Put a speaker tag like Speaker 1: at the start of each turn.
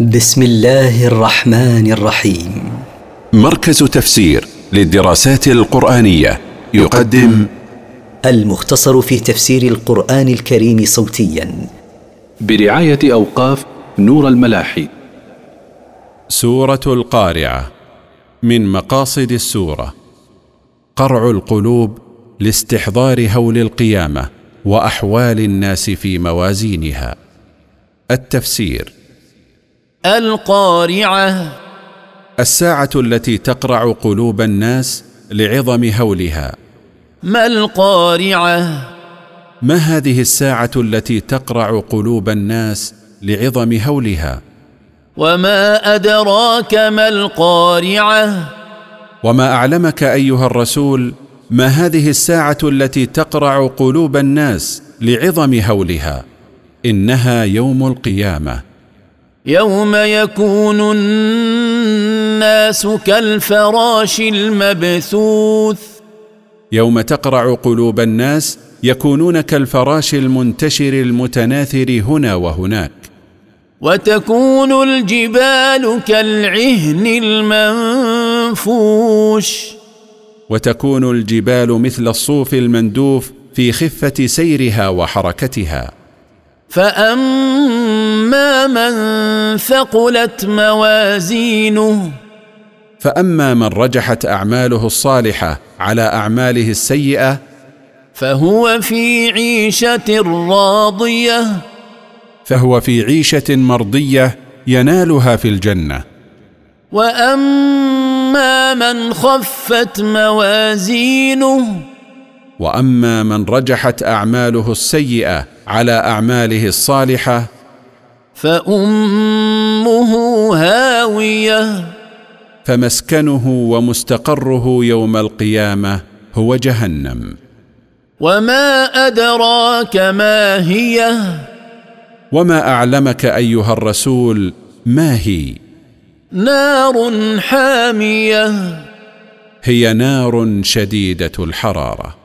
Speaker 1: بسم الله الرحمن الرحيم
Speaker 2: مركز تفسير للدراسات القرآنية يقدم
Speaker 1: المختصر في تفسير القرآن الكريم صوتيا
Speaker 3: برعاية أوقاف نور الملاحي
Speaker 2: سورة القارعة من مقاصد السورة قرع القلوب لاستحضار هول القيامة وأحوال الناس في موازينها التفسير
Speaker 4: القارعة
Speaker 2: الساعة التي تقرع قلوب الناس لعظم هولها
Speaker 4: ما القارعة
Speaker 2: ما هذه الساعة التي تقرع قلوب الناس لعظم هولها
Speaker 4: وما أدراك ما القارعة
Speaker 2: وما أعلمك أيها الرسول ما هذه الساعة التي تقرع قلوب الناس لعظم هولها إنها يوم القيامة
Speaker 4: يوم يكون الناس كالفراش المبثوث
Speaker 2: يوم تقرع قلوب الناس يكونون كالفراش المنتشر المتناثر هنا وهناك
Speaker 4: وتكون الجبال كالعهن المنفوش
Speaker 2: وتكون الجبال مثل الصوف المندوف في خفة سيرها وحركتها
Speaker 4: فأما من ثقلت موازينه
Speaker 2: فأما من رجحت أعماله الصالحة على أعماله السيئة
Speaker 4: فهو في عيشة راضية
Speaker 2: فهو في عيشة مرضية ينالها في الجنة
Speaker 4: وأما من خفت موازينه
Speaker 2: وأما من رجحت أعماله السيئة على أعماله الصالحة
Speaker 4: فأمه هاوية
Speaker 2: فمسكنه ومستقره يوم القيامة هو جهنم
Speaker 4: وما أدراك ما هي
Speaker 2: وما أعلمك أيها الرسول ما هي
Speaker 4: نار حامية
Speaker 2: هي نار شديدة الحرارة